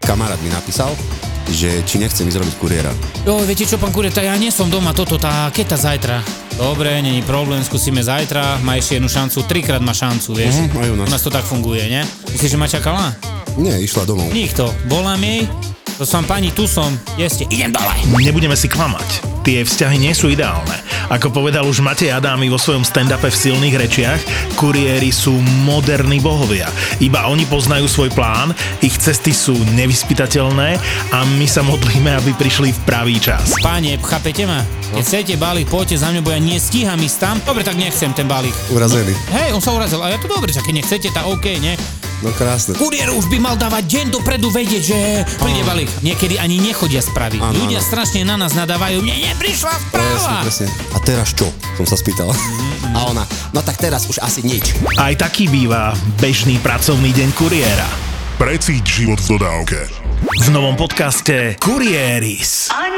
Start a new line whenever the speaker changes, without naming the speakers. Kamarát mi napísal, že či nechcem ísť robiť kuriéra.
Jo, viete čo, pán kurier, tá ja nie som doma, toto, tá keta zajtra. Dobre, není problém, skúsime zajtra, má ešte jednu šancu, trikrát má šancu, vieš.
Mhm, aj u nás.
U nás to tak funguje, ne? Myslíš, že ma čakala?
Nie, išla domov.
Nikto. Volám jej, to som pani, tu som, kde ste? Idem dole.
Nebudeme si klamať, tie vzťahy nie sú ideálne. Ako povedal už Matej Adámy vo svojom stand-upe v silných rečiach, kuriéri sú moderní bohovia. Iba oni poznajú svoj plán, ich cesty sú nevyspytateľné a my sa modlíme, aby prišli v pravý čas.
Pane, chápete ma? Keď chcete balík, poďte za mňou, bo ja nestíham ísť tam. Dobre, tak nechcem ten balík.
Urazený.
Hej, on sa urazil, a ja to dobre, že keď nechcete, tá OK, ne?
No krásne.
Kuriér už by mal dávať deň dopredu vedieť, že príde balík. Niekedy ani nechodia správy.
Áno,
Ľudia
áno.
strašne na nás nadávajú. Mne neprišla
Presne,
správa.
presne. A teraz čo? Som sa spýtal. A ona, no tak teraz už asi nič.
Aj taký býva bežný pracovný deň kuriéra.
Precíť život v dodávke.
V novom podcaste Kurieris.
I